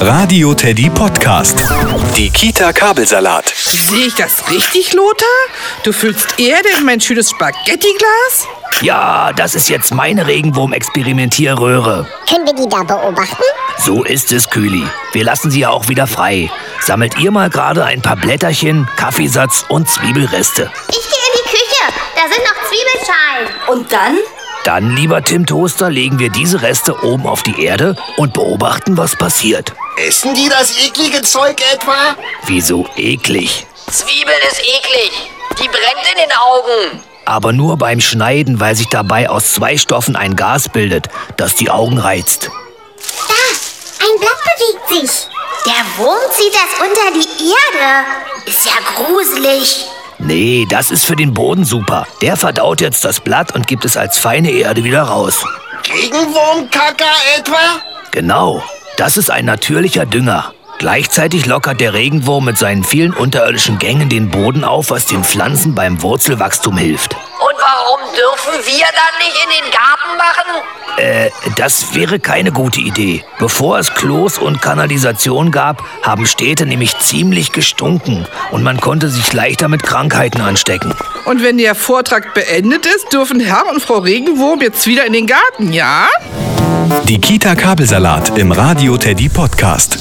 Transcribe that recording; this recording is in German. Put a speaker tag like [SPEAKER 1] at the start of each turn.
[SPEAKER 1] Radio Teddy Podcast. Die Kita Kabelsalat.
[SPEAKER 2] Sehe ich das richtig, Lothar? Du füllst Erde in mein schönes Spaghettiglas?
[SPEAKER 3] Ja, das ist jetzt meine Regenwurm-Experimentierröhre.
[SPEAKER 4] Können wir die da beobachten?
[SPEAKER 3] So ist es, Küli. Wir lassen sie ja auch wieder frei. Sammelt ihr mal gerade ein paar Blätterchen, Kaffeesatz und Zwiebelreste.
[SPEAKER 5] Ich gehe in die Küche. Da sind noch Zwiebelschalen.
[SPEAKER 6] Und dann?
[SPEAKER 3] Dann, lieber Tim Toaster, legen wir diese Reste oben auf die Erde und beobachten, was passiert.
[SPEAKER 7] Essen die das eklige Zeug etwa?
[SPEAKER 3] Wieso eklig?
[SPEAKER 8] Zwiebeln ist eklig. Die brennt in den Augen.
[SPEAKER 3] Aber nur beim Schneiden, weil sich dabei aus zwei Stoffen ein Gas bildet, das die Augen reizt.
[SPEAKER 4] Da, ein Blatt bewegt sich. Der Wurm zieht das unter die Erde. Ist ja gruselig.
[SPEAKER 3] Nee, das ist für den Boden super. Der verdaut jetzt das Blatt und gibt es als feine Erde wieder raus.
[SPEAKER 7] Regenwurmkacker etwa?
[SPEAKER 3] Genau, das ist ein natürlicher Dünger. Gleichzeitig lockert der Regenwurm mit seinen vielen unterirdischen Gängen den Boden auf, was den Pflanzen beim Wurzelwachstum hilft.
[SPEAKER 8] Und warum dürfen wir dann nicht in den Garten machen?
[SPEAKER 3] Äh, das wäre keine gute Idee. Bevor es Klos und Kanalisation gab, haben Städte nämlich ziemlich gestunken und man konnte sich leichter mit Krankheiten anstecken.
[SPEAKER 2] Und wenn der Vortrag beendet ist, dürfen Herr und Frau Regenwurm jetzt wieder in den Garten, ja?
[SPEAKER 1] Die Kita Kabelsalat im Radio Teddy Podcast.